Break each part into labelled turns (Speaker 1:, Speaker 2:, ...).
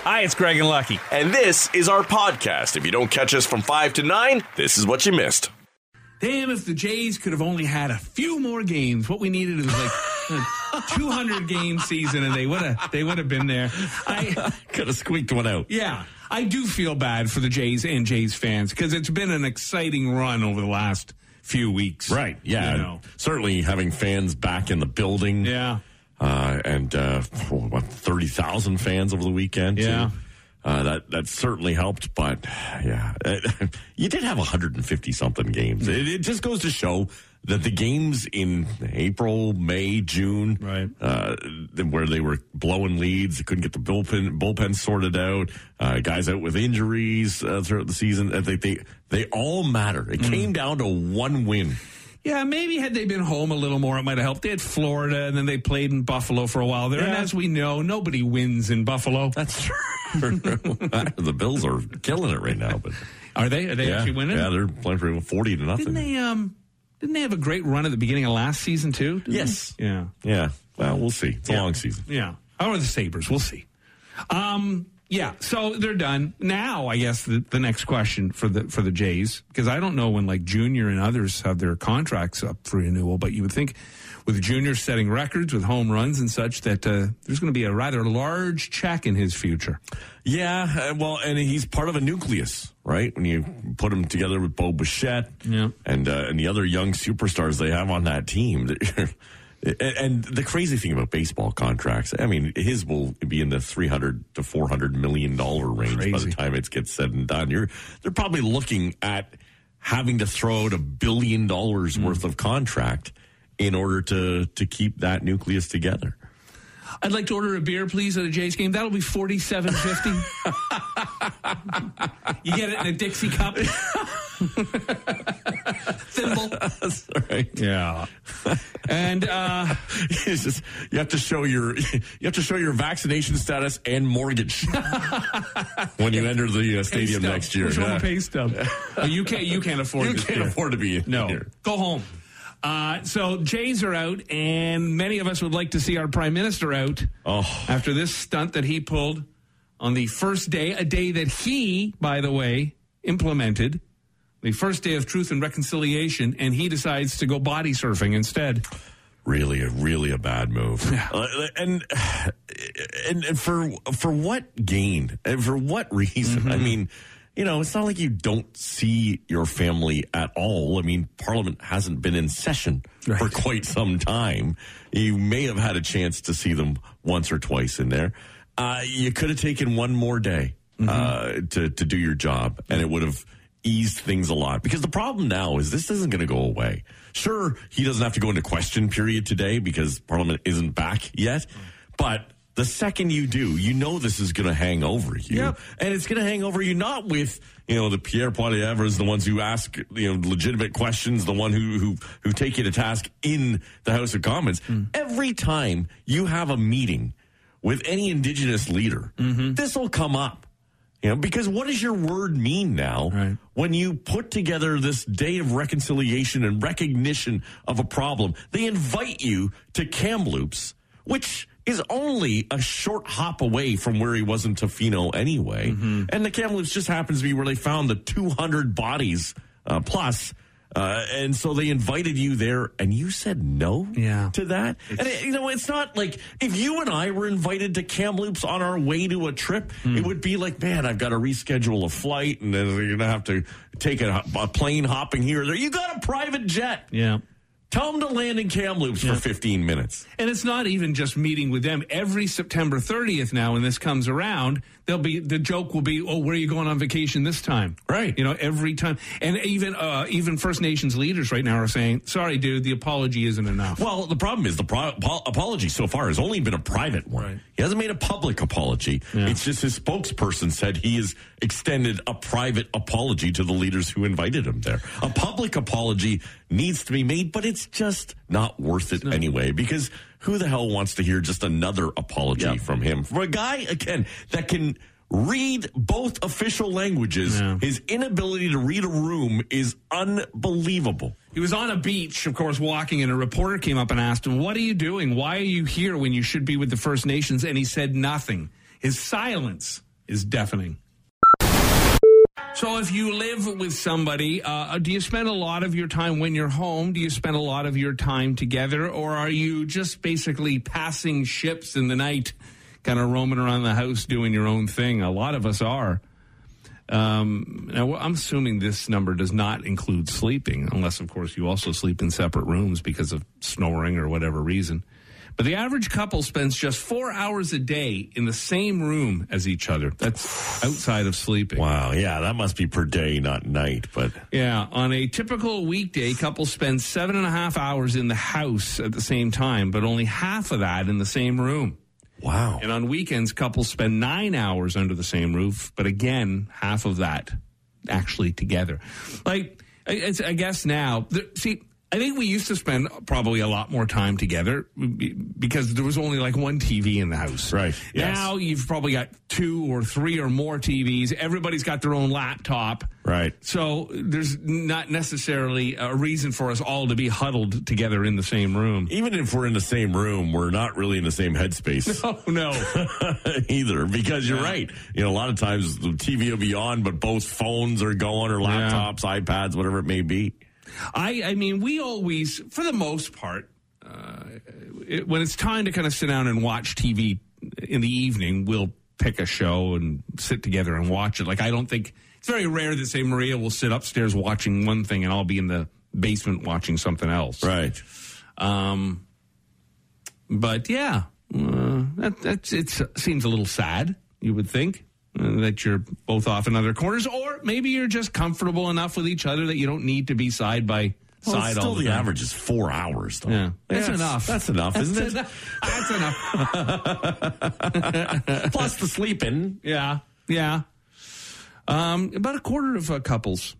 Speaker 1: Hi, it's Greg and Lucky.
Speaker 2: And this is our podcast. If you don't catch us from 5 to 9, this is what you missed.
Speaker 3: Damn, if the Jays could have only had a few more games, what we needed was like a 200 game season, and they would have they would have been there. I
Speaker 1: Could have squeaked one out.
Speaker 3: yeah, I do feel bad for the Jays and Jays fans because it's been an exciting run over the last few weeks.
Speaker 1: Right, yeah.
Speaker 3: You know.
Speaker 1: Certainly having fans back in the building.
Speaker 3: Yeah.
Speaker 1: Uh, and uh, what, 30,000 fans over the weekend. too.
Speaker 3: Yeah.
Speaker 1: Uh, that that certainly helped, but yeah, you did have 150 something games. It, it just goes to show that the games in April, May, June,
Speaker 3: Right.
Speaker 1: uh, where they were blowing leads, they couldn't get the bullpen bullpen sorted out, uh, guys out with injuries uh, throughout the season. I think they they all matter. It came down to one win.
Speaker 3: Yeah, maybe had they been home a little more, it might have helped. They had Florida, and then they played in Buffalo for a while there. And
Speaker 1: Yeah.
Speaker 3: as we know, nobody wins in Buffalo.
Speaker 1: That's true. the Bills are killing it right now, but
Speaker 3: Are they? Are they
Speaker 1: yeah,
Speaker 3: actually winning?
Speaker 1: yeah, they're playing for forty to nothing.
Speaker 3: Didn't they? Um, didn't they have a great run at the beginning of last season too? Didn't
Speaker 1: Yes.
Speaker 3: they? Yeah.
Speaker 1: Yeah. Well, we'll see. It's a long season.
Speaker 3: Yeah. Or the Sabres. We'll see. Um, yeah. So they're done. Now, I guess the, the next question for the for the Jays, because I don't know when like Junior and others have their contracts up for renewal, but you would think with Junior setting records with home runs and such that uh, there's going to be a rather large check in his future.
Speaker 1: Yeah. uh, Well, and he's part of a nucleus, right? When you put him together with Bo Bichette
Speaker 3: Yeah.
Speaker 1: and, uh, and the other young superstars they have on that team. And- And the crazy thing about baseball contracts, I mean, his will be in the three hundred to four hundred million dollar range by the
Speaker 3: Crazy.
Speaker 1: time it gets said and done. You're they're probably looking at having to throw out a billion dollars
Speaker 3: Hmm.
Speaker 1: worth of contract in order to to keep that nucleus together.
Speaker 3: I'd like to order a beer, please, at a Jays game. That'll be forty seven fifty. You get it in a Dixie cup, thimble.
Speaker 1: That's right.
Speaker 3: Yeah, and uh,
Speaker 1: It's just, you have to show your you have to show your vaccination status and mortgage when you enter the uh, stadium
Speaker 3: pay
Speaker 1: next
Speaker 3: stub.
Speaker 1: year.
Speaker 3: We're showing
Speaker 1: Yeah.
Speaker 3: a pay stub. Oh, you can't. You can't afford.
Speaker 1: You
Speaker 3: this
Speaker 1: can't
Speaker 3: beer.
Speaker 1: afford to be
Speaker 3: No,
Speaker 1: here.
Speaker 3: go home. Uh, so Jays are out, and many of us would like to see our prime minister out
Speaker 1: Oh.
Speaker 3: after this stunt that he pulled on the first day, a day that he, by the way, implemented. The first day of truth and reconciliation, and he decides to go body surfing instead.
Speaker 1: Really, a really a bad move. Uh, and and and for for what gain? And for what reason? I mean, you know, it's not like you don't see your family at all. I mean, Parliament hasn't been in session for
Speaker 3: Right.
Speaker 1: quite some time. You may have had a chance to see them once or twice in there. Uh, you could have taken one more day uh, to to do your job, and it would have eased things a lot. Because the problem now is this isn't going to go away. Sure, he doesn't have to go into question period today because Parliament isn't back yet, but. The second you do, you know this is going to hang over you,
Speaker 3: Yep.
Speaker 1: and it's going to hang over you not with you know the Pierre Poilievres, the ones who ask you know legitimate questions, the one who who who take you to task in the House of Commons. Every time you have a meeting with any Indigenous leader, this will come up. You know, because what does your word mean now
Speaker 3: Right.
Speaker 1: when you put together this day of reconciliation and recognition of a problem? They invite you to Kamloops, which is only a short hop away from where he was in Tofino anyway. And the Kamloops just happens to be where they found the 200 bodies uh, plus. Uh, and so they invited you there, and you said no
Speaker 3: Yeah.
Speaker 1: to that. and it, you know, it's not like if you and I were invited to Kamloops on our way to a trip, it would be like, man, I've got to reschedule a flight, and then you're gonna have to take a, a plane hopping here or there. You got a private jet.
Speaker 3: Yeah.
Speaker 1: Tell them to land in Kamloops for 15 minutes.
Speaker 3: And it's not even just meeting with them. Every September 30th now, when this comes around, they'll be the joke will be, "Oh, where are you going on vacation this time?"
Speaker 1: Right.
Speaker 3: You know, every time, and even uh, even First Nations leaders right now are saying, "Sorry, dude, the apology isn't enough."
Speaker 1: Well, the problem is the pro- apo- apology so far has only been a private one.
Speaker 3: Right.
Speaker 1: He hasn't made a public apology.
Speaker 3: Yeah.
Speaker 1: It's just his spokesperson said he has extended a private apology to the leaders who invited him there. A public apology needs to be made, but it's just not worth it anyway because who the hell wants to hear just another apology
Speaker 3: Yeah.
Speaker 1: from him? From a guy, again, that can read both official languages,
Speaker 3: Yeah.
Speaker 1: his inability to read a room is unbelievable.
Speaker 3: he was on a beach, of course, walking, and a reporter came up and asked him, "What are you doing? Why are you here when you should be with the First Nations?" And he said nothing. His silence is deafening. So, if you live with somebody, uh, do you spend a lot of your time when you're home? Do you spend a lot of your time together? Or are you just basically passing ships in the night, kind of roaming around the house doing your own thing? A lot of us are. Um, now, I'm assuming this number does not include sleeping, unless, of course, you also sleep in separate rooms because of snoring or whatever reason. But the average couple spends just four hours a day in the same room as each other. That's outside of sleeping.
Speaker 1: Wow. Yeah, that must be per day, not night. But
Speaker 3: Yeah, on a typical weekday, couples spend seven and a half hours in the house at the same time, but only half of that in the same room.
Speaker 1: wow.
Speaker 3: And on weekends, couples spend nine hours under the same roof, but again, half of that actually together. Like, I, it's- I guess now, there, see, I think we used to spend probably a lot more time together be- because there was only like one TV in the house.
Speaker 1: Right, yes.
Speaker 3: Now you've probably got two or three or more TVs. Everybody's got their own laptop.
Speaker 1: Right.
Speaker 3: So there's not necessarily a reason for us all to be huddled together in the same room.
Speaker 1: Even if we're in the same room, we're not really in the same headspace
Speaker 3: Oh, no.
Speaker 1: either. Because you're right. You know, a lot of times the TV will be on, but both phones are going or laptops, iPads, whatever it may be.
Speaker 3: I, I mean, we always, for the most part, uh, it, when it's time to kind of sit down and watch TV in the evening, we'll pick a show and sit together and watch it. Like, I don't think it's very rare that, say, Maria will sit upstairs watching one thing and I'll be in the basement watching something else.
Speaker 1: Right.
Speaker 3: Um, but yeah, uh, that that's, it's, seems a little sad. You would think uh, that you're both off in other corners, or maybe you're just comfortable enough with each other that you don't need to be side by
Speaker 1: Well,
Speaker 3: side
Speaker 1: still
Speaker 3: all the,
Speaker 1: the,
Speaker 3: time.
Speaker 1: average is four hours. Though.
Speaker 3: Yeah. That's
Speaker 1: that's-
Speaker 3: enough.
Speaker 1: That's enough, isn't it?
Speaker 3: That's enough.
Speaker 1: Plus the sleeping.
Speaker 3: yeah, yeah. Um, about a quarter of uh, couples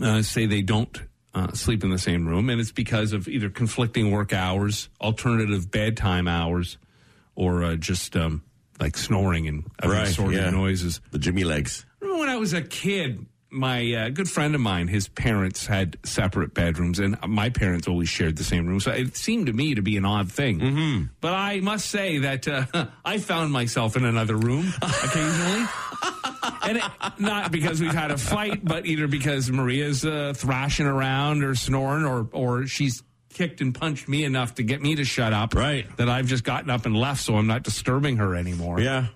Speaker 3: uh, say they don't uh, sleep in the same room, and it's because of either conflicting work hours, alternative bedtime hours, or uh, just um, like snoring and other
Speaker 1: Right,
Speaker 3: sort
Speaker 1: yeah.
Speaker 3: of noises.
Speaker 1: The Jimmy legs.
Speaker 3: remember when I was a kid, my uh, good friend of mine, his parents had separate bedrooms, and my parents always shared the same room. So it seemed to me to be an odd thing. Mm-hmm. But I must say that uh, I found myself in another room occasionally. And it, not because we've had a fight, but either because Maria's uh, thrashing around or snoring, or or she's kicked and punched me enough to get me to shut up.
Speaker 1: Right.
Speaker 3: That I've just gotten up and left, so I'm not disturbing her anymore.
Speaker 1: Yeah,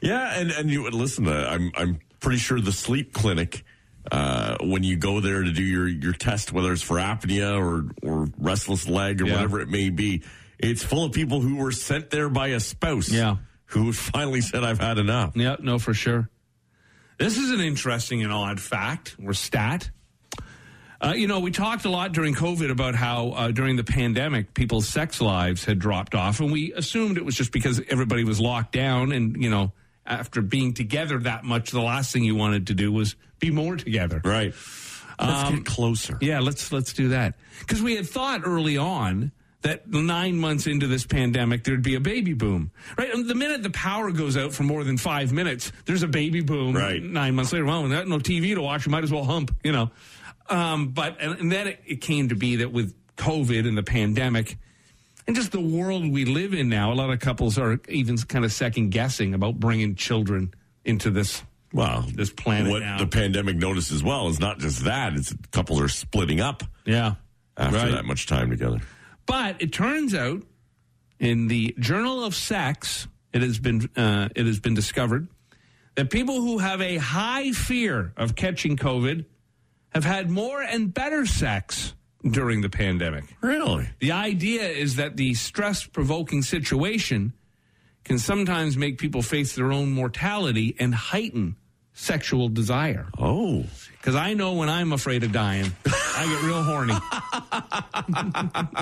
Speaker 1: yeah, and and you listen. To, I'm I'm pretty sure the sleep clinic. Uh, when you go there to do your, your test, whether it's for apnea or, or restless leg or
Speaker 3: Yeah.
Speaker 1: whatever it may be, it's full of people who were sent there by a spouse.
Speaker 3: Yeah.
Speaker 1: Who finally said, I've had enough.
Speaker 3: Yeah, no, for sure. This is an interesting and odd fact or stat. Uh, you know, we talked a lot during COVID about how uh, during the pandemic, people's sex lives had dropped off, and we assumed it was just because everybody was locked down, and you know, after being together that much, the last thing you wanted to do was be more together.
Speaker 1: Right. Um, Let's get closer.
Speaker 3: Yeah, let's let's do that because we had thought early on that nine months into this pandemic there'd be a baby boom. Right, and the minute the power goes out for more than five minutes, there's a baby boom.
Speaker 1: Right.
Speaker 3: nine months later, well, without no TV to watch, you might as well hump. You know, um, but and, and then it, it came to be that with COVID and the pandemic. And just the world we live in now, a lot of couples are even kind of second guessing about bringing children into this
Speaker 1: Well,
Speaker 3: This planet
Speaker 1: What
Speaker 3: now.
Speaker 1: the pandemic noticed as well is not just that, it's couples are splitting up
Speaker 3: yeah
Speaker 1: after that much time together.
Speaker 3: But it turns out in the Journal of Sex, it has been uh, it has been discovered that people who have a high fear of catching COVID have had more and better sex during the pandemic.
Speaker 1: Really?
Speaker 3: The idea is that the stress provoking situation can sometimes make people face their own mortality and heighten sexual desire.
Speaker 1: Oh.
Speaker 3: Because I know when I'm afraid of dying, I get real horny.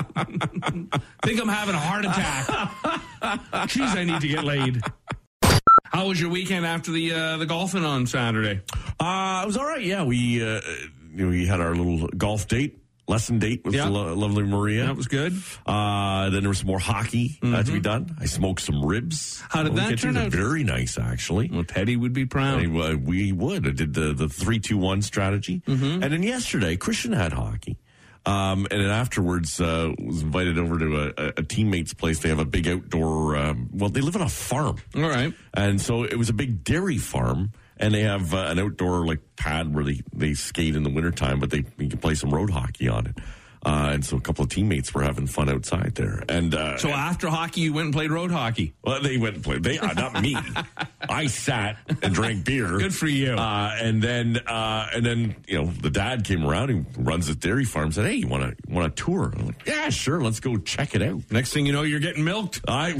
Speaker 3: Think I'm having a heart attack. Jeez, I need to get laid. How was your weekend after the uh, the golfing on Saturday?
Speaker 1: Uh, it was all right. Yeah, we uh, you know, we had our little golf date, lesson date with
Speaker 3: Yeah.
Speaker 1: lo- lovely Maria.
Speaker 3: That was good.
Speaker 1: Uh, then there was some more hockey uh, to be done. I smoked some ribs.
Speaker 3: How did
Speaker 1: Well,
Speaker 3: that
Speaker 1: we get to
Speaker 3: turn
Speaker 1: the-
Speaker 3: out?
Speaker 1: Very nice, actually.
Speaker 3: Well, Teddy would be
Speaker 1: I,
Speaker 3: proud.
Speaker 1: uh,
Speaker 3: Mm-hmm.
Speaker 1: we would. I did the the three two one strategy, and then yesterday Christian had hockey. Um, and then afterwards, uh, was invited over to a, a teammate's place. They have a big outdoor. Um, well, they live on a farm,
Speaker 3: All right.
Speaker 1: and so it was a big dairy farm. And they have uh, an outdoor like pad where they, they skate in the wintertime, but they you can play some road hockey on it. Uh, and so a couple of teammates were having fun outside there. And uh,
Speaker 3: So after hockey, you went and played road hockey.
Speaker 1: well, they went and played. They uh, not me. I sat and drank beer.
Speaker 3: Good for you.
Speaker 1: Uh, and then uh, and then you know the dad came around. He runs a dairy farm. Said, "Hey, you want to want a tour?" I'm like, "Yeah, sure. Let's go check it out."
Speaker 3: Next thing you know, you're getting milked.
Speaker 1: I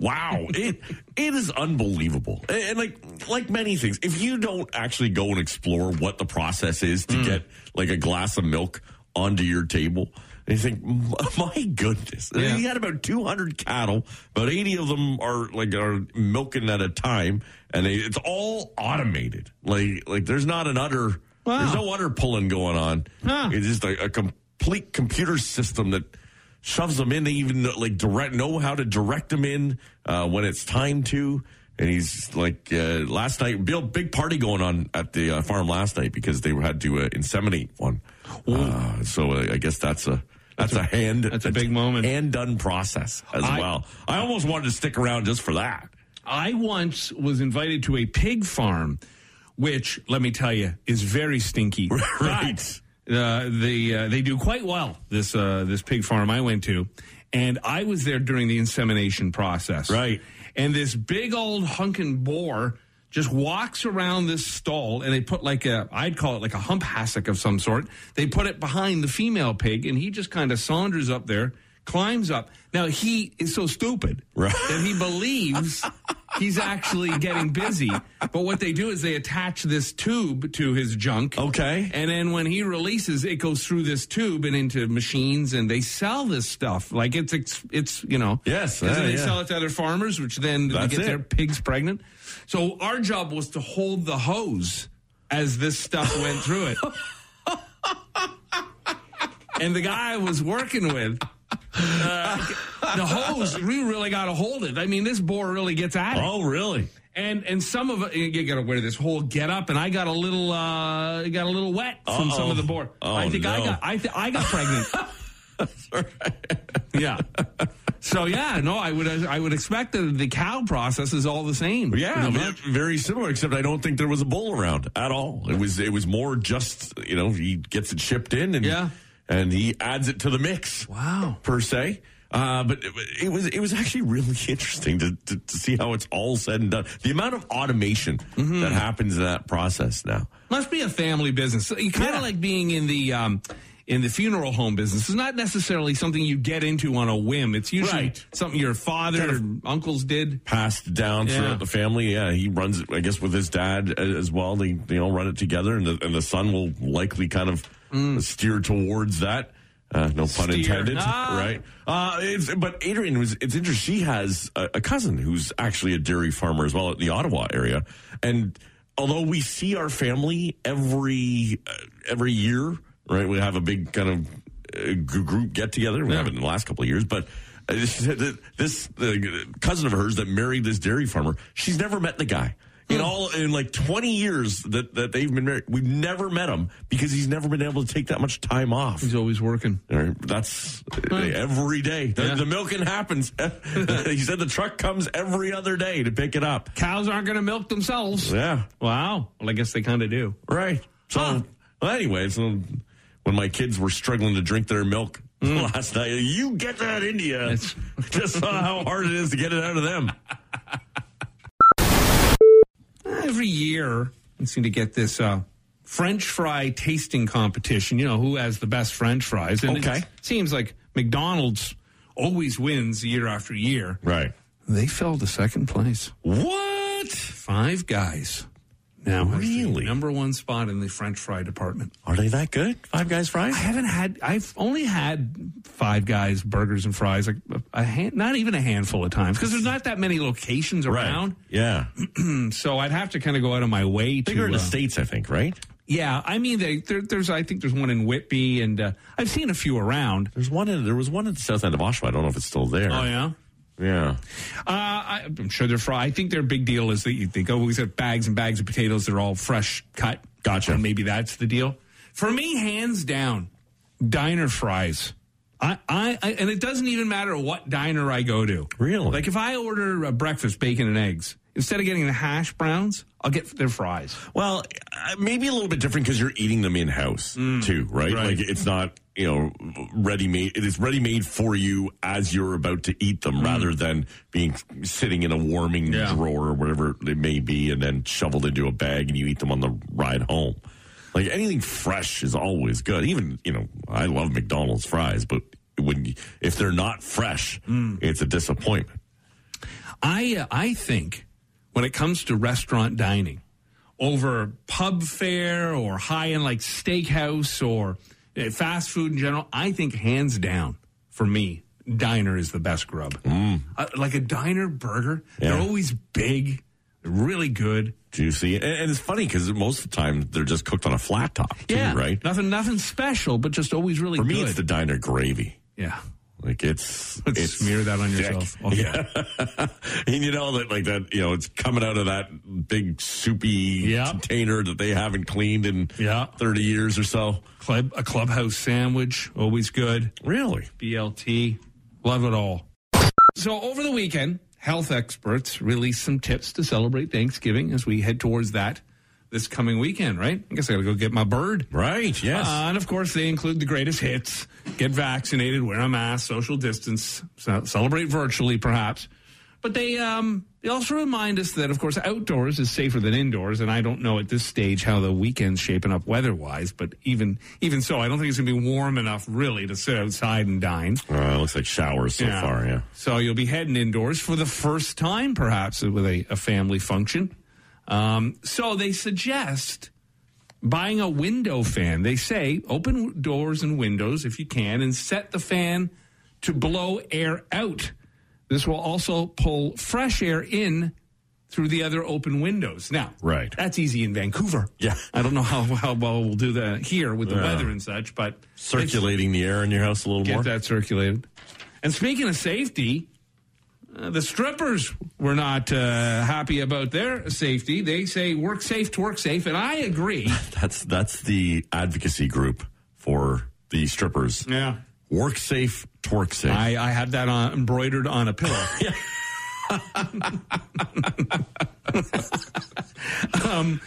Speaker 1: wow, it it is unbelievable. And, and like like many things, if you don't actually go and explore what the process is
Speaker 3: Hmm.
Speaker 1: to get like a glass of milk onto your table, and you think, "M- my goodness, I mean,
Speaker 3: Yeah.
Speaker 1: you had about two hundred cattle, about eighty of them are like are milking at a time, and they, it's all automated. Like like there's not an udder,
Speaker 3: Wow.
Speaker 1: there's no udder pulling going on.
Speaker 3: Huh.
Speaker 1: It's just a, a complete computer system that shoves them in. They even like direct know how to direct them in uh, when it's time to. And he's like, uh, last night, Bill, big party going on at the uh, farm last night because they had to uh, inseminate one. Uh, so uh, I guess that's a that's, a, hand
Speaker 3: that's a big moment.
Speaker 1: hand done process as
Speaker 3: I-
Speaker 1: well. I almost wanted to stick around just for that.
Speaker 3: I once was invited to a pig farm, which, let me tell you, is very stinky.
Speaker 1: Right.
Speaker 3: But, uh, the uh, they do quite well this uh, this pig farm I went to, and I was there during the insemination process.
Speaker 1: Right.
Speaker 3: and this big old hunkin' boar just walks around this stall, and they put like a I'd call it like a hump hassock of some sort. They put it behind the female pig, and he just kind of saunders up there, climbs up. Now he is so stupid
Speaker 1: Right.
Speaker 3: that he believes he's actually getting busy. But what they do is they attach this tube to his junk.
Speaker 1: Okay.
Speaker 3: And then when he releases, it goes through this tube and into machines, and they sell this stuff. Like it's it's, it's you know
Speaker 1: Yes,
Speaker 3: And then
Speaker 1: yeah,
Speaker 3: they
Speaker 1: yeah.
Speaker 3: sell it to other farmers, which then they
Speaker 1: That's
Speaker 3: get
Speaker 1: it.
Speaker 3: their pigs pregnant. So our job was to hold the hose as this stuff went through it. And the guy I was working with, uh, the hose, we really got to hold it. I mean, this boar really gets at it
Speaker 1: Oh, really?
Speaker 3: and and some of it, you got to wear this whole get up, and I got a little uh got a little wet from
Speaker 1: Uh-oh.
Speaker 3: some of the board.
Speaker 1: Oh,
Speaker 3: I think I
Speaker 1: no.
Speaker 3: got I th- I got pregnant. yeah. So yeah, no, I would I would expect that the cow process is all the same.
Speaker 1: Yeah,
Speaker 3: Pretty
Speaker 1: ve-
Speaker 3: much.
Speaker 1: very similar. Except I don't think there was a bowl around at all. It was it was more just you know he gets it shipped in and
Speaker 3: Yeah.
Speaker 1: and he adds it to the mix.
Speaker 3: Wow.
Speaker 1: per se. Uh, but it, it was it was actually really interesting to, to, to see how it's all said and done. The amount of automation
Speaker 3: Mm-hmm.
Speaker 1: that happens in that process now.
Speaker 3: Must be a family business. You kind of
Speaker 1: Yeah.
Speaker 3: like being in the um in the funeral home business. It's not necessarily something you get into on a whim. It's usually
Speaker 1: Right.
Speaker 3: something your father or uncles did.
Speaker 1: passed down
Speaker 3: Yeah.
Speaker 1: throughout the family. Yeah, he runs it, I guess, with his dad a- as well. They they all run it together, and the, and the son will likely kind of
Speaker 3: Mm.
Speaker 1: steer towards that. Uh, no pun intended,
Speaker 3: Ah.
Speaker 1: right? Uh, it's, but Adrian was, it's interesting. She has a, a cousin who's actually a dairy farmer as well in the Ottawa area. And although we see our family every, uh, every year, right? We have a big kind of uh, g- group get together. We haven't in the last couple of years, but uh, she said that this the cousin of hers that married this dairy farmer, she's never met the guy. In all, in like 20 years that, that they've been married, we've never met him because he's never been able to take that much time off.
Speaker 3: He's always working.
Speaker 1: All right, That's uh, every day. The,
Speaker 3: Yeah.
Speaker 1: the milking happens. he said the truck comes every other day to pick it up.
Speaker 3: Cows aren't going to milk themselves.
Speaker 1: Yeah,
Speaker 3: Wow. Well, I guess they kind of do.
Speaker 1: right. So, well, anyway, so when my kids were struggling to drink their milk last night, you get that India.
Speaker 3: That's-
Speaker 1: Just saw how hard it is to get it out of them.
Speaker 3: Every year, I seem to get this uh, French fry tasting competition. You know, who has the best French fries? And
Speaker 1: Okay.
Speaker 3: It seems like McDonald's always wins year after year.
Speaker 1: Right.
Speaker 3: They fell to second place.
Speaker 1: What?
Speaker 3: Five guys now has the
Speaker 1: Really?
Speaker 3: number one spot in the French fry department.
Speaker 1: Are they that good? Five Guys fries?
Speaker 3: I haven't had. I've only had Five Guys burgers and fries, like a, a hand, not even a handful of times, because there's not that many locations around.
Speaker 1: Yeah.
Speaker 3: So I'd have to kind of go out of my way to.
Speaker 1: Bigger in the
Speaker 3: uh,
Speaker 1: States, I think, right?
Speaker 3: yeah, I mean, they, there, there's. I think there's one in Whitby, and uh, I've seen a few around.
Speaker 1: There's one in, there was one in the south end of Oshawa. I don't know if it's still there.
Speaker 3: Oh yeah.
Speaker 1: Yeah.
Speaker 3: Uh, I, I'm sure they're fried. I think their big deal is that you think, oh, we got bags and bags of potatoes. They're all fresh cut. Gotcha. And maybe that's the deal. For me, hands down, diner fries. I, I, I and it doesn't even matter what diner I go to.
Speaker 1: Really?
Speaker 3: Like if I order a breakfast bacon and eggs, instead of getting the hash browns, I'll get their fries.
Speaker 1: Well, uh, maybe a little bit different because you're eating them in house too, right?
Speaker 3: Mm. right.
Speaker 1: Like it's not you know ready made. It is ready made for you as you're about to eat them, rather than being sitting in a warming
Speaker 3: Mm. Yeah.
Speaker 1: drawer or whatever it may be, and then shoveled into a bag and you eat them on the ride home. Like anything fresh is always good. Even you know, I love McDonald's fries, but when you, if they're not fresh,
Speaker 3: Mm.
Speaker 1: it's a disappointment.
Speaker 3: I uh, I think when it comes to restaurant dining over pub fare or high end like steakhouse or uh, fast food in general, I think hands down for me diner is the best grub. Uh, like a diner burger, they're
Speaker 1: Mm. Yeah.
Speaker 3: always big, they're really good.
Speaker 1: Juicy, and, and it's funny because most of the time they're just cooked on a flat top, too, right?
Speaker 3: Nothing nothing special, but just always really
Speaker 1: For
Speaker 3: good.
Speaker 1: me, it's the diner gravy.
Speaker 3: yeah.
Speaker 1: Like it's it's
Speaker 3: Smear that on
Speaker 1: thick.
Speaker 3: yourself. Oh,
Speaker 1: Yeah, and you know that like that you know it's coming out of that big soupy
Speaker 3: Yeah.
Speaker 1: container that they haven't cleaned in
Speaker 3: Yeah.
Speaker 1: thirty years or so.
Speaker 3: Club, a clubhouse sandwich, always good.
Speaker 1: Really?
Speaker 3: BLT. Love it all. So, over the weekend, health experts released some tips to celebrate Thanksgiving as we head towards that this coming weekend, right? I guess I gotta go get my bird.
Speaker 1: Right? Yes.
Speaker 3: Uh, and of course, they include the greatest hits get vaccinated, wear a mask, social distance, ce- celebrate virtually, perhaps. But they, um, they also remind us that, of course, outdoors is safer than indoors. And I don't know at this stage how the weekend's shaping up weather wise, but even, even so, I don't think it's going to be warm enough really to sit outside and dine.
Speaker 1: Uh, it looks like showers so far. Yeah.
Speaker 3: So you'll be heading indoors for the first time, perhaps, with a, a family function. Um, so they suggest buying a window fan. They say open doors and windows if you can and set the fan to blow air out. This will also pull fresh air in through the other open windows. Now,
Speaker 1: Right.
Speaker 3: that's easy in Vancouver.
Speaker 1: Yeah.
Speaker 3: I don't know how, how well we'll do that here with the
Speaker 1: Yeah.
Speaker 3: weather and such, but it's-
Speaker 1: Circulating the air in your house a little
Speaker 3: get
Speaker 1: more.
Speaker 3: that circulated. And speaking of safety, uh, the strippers were not uh, happy about their safety. They say work safe to work safe, and I agree.
Speaker 1: That's that's the advocacy group for the strippers.
Speaker 3: Yeah.
Speaker 1: Work safe, torque safe.
Speaker 3: I, I had that on, embroidered on a pillow. um,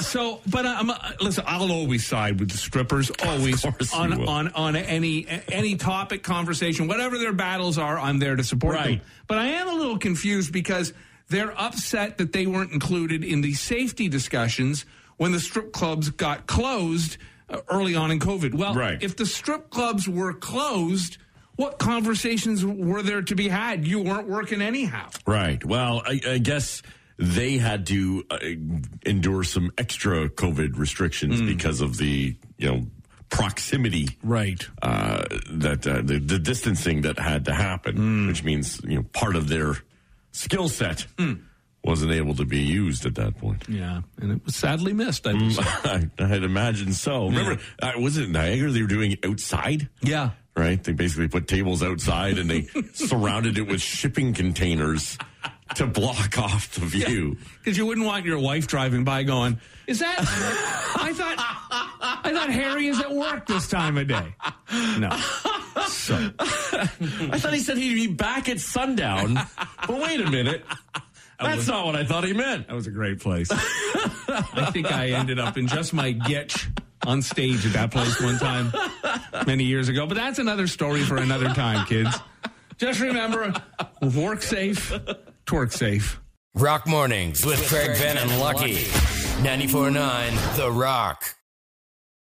Speaker 3: so, but I'm uh, listen. I'll always side with the strippers. Always
Speaker 1: course you
Speaker 3: on
Speaker 1: will.
Speaker 3: on on any any topic conversation, whatever their battles are. I'm there to support
Speaker 1: Right.
Speaker 3: them. But I am a little confused because they're upset that they weren't included in the safety discussions when the strip clubs got closed uh, early on in COVID. Well,
Speaker 1: Right.
Speaker 3: if the strip clubs were closed, what conversations were there to be had? You weren't working anyhow.
Speaker 1: Right. Well, I, I guess they had to uh, endure some extra COVID restrictions because of the you know proximity
Speaker 3: Right.
Speaker 1: uh, that uh, the, the distancing that had to happen, which means you know part of their skill set wasn't able to be used at that point.
Speaker 3: Yeah, and it was sadly missed. I believe.
Speaker 1: I, I'd imagine so. Remember, uh, was it Niagara they were doing outside?
Speaker 3: Yeah.
Speaker 1: right? They basically put tables outside and they surrounded it with shipping containers to block off the view.
Speaker 3: Because you wouldn't want your wife driving by going, "Is that? I thought, I thought Harry is at work this time of day." No. So
Speaker 1: I thought he said he'd be back at sundown, but wait a minute. That's not what I thought he meant.
Speaker 3: that was a great place. I think I ended up in just my getch on stage at that place one time many years ago. But that's another story for another time, kids. Just remember, work safe, twerk safe.
Speaker 4: Rock Mornings with Craig Ben and Lucky. 94.9 The Rock.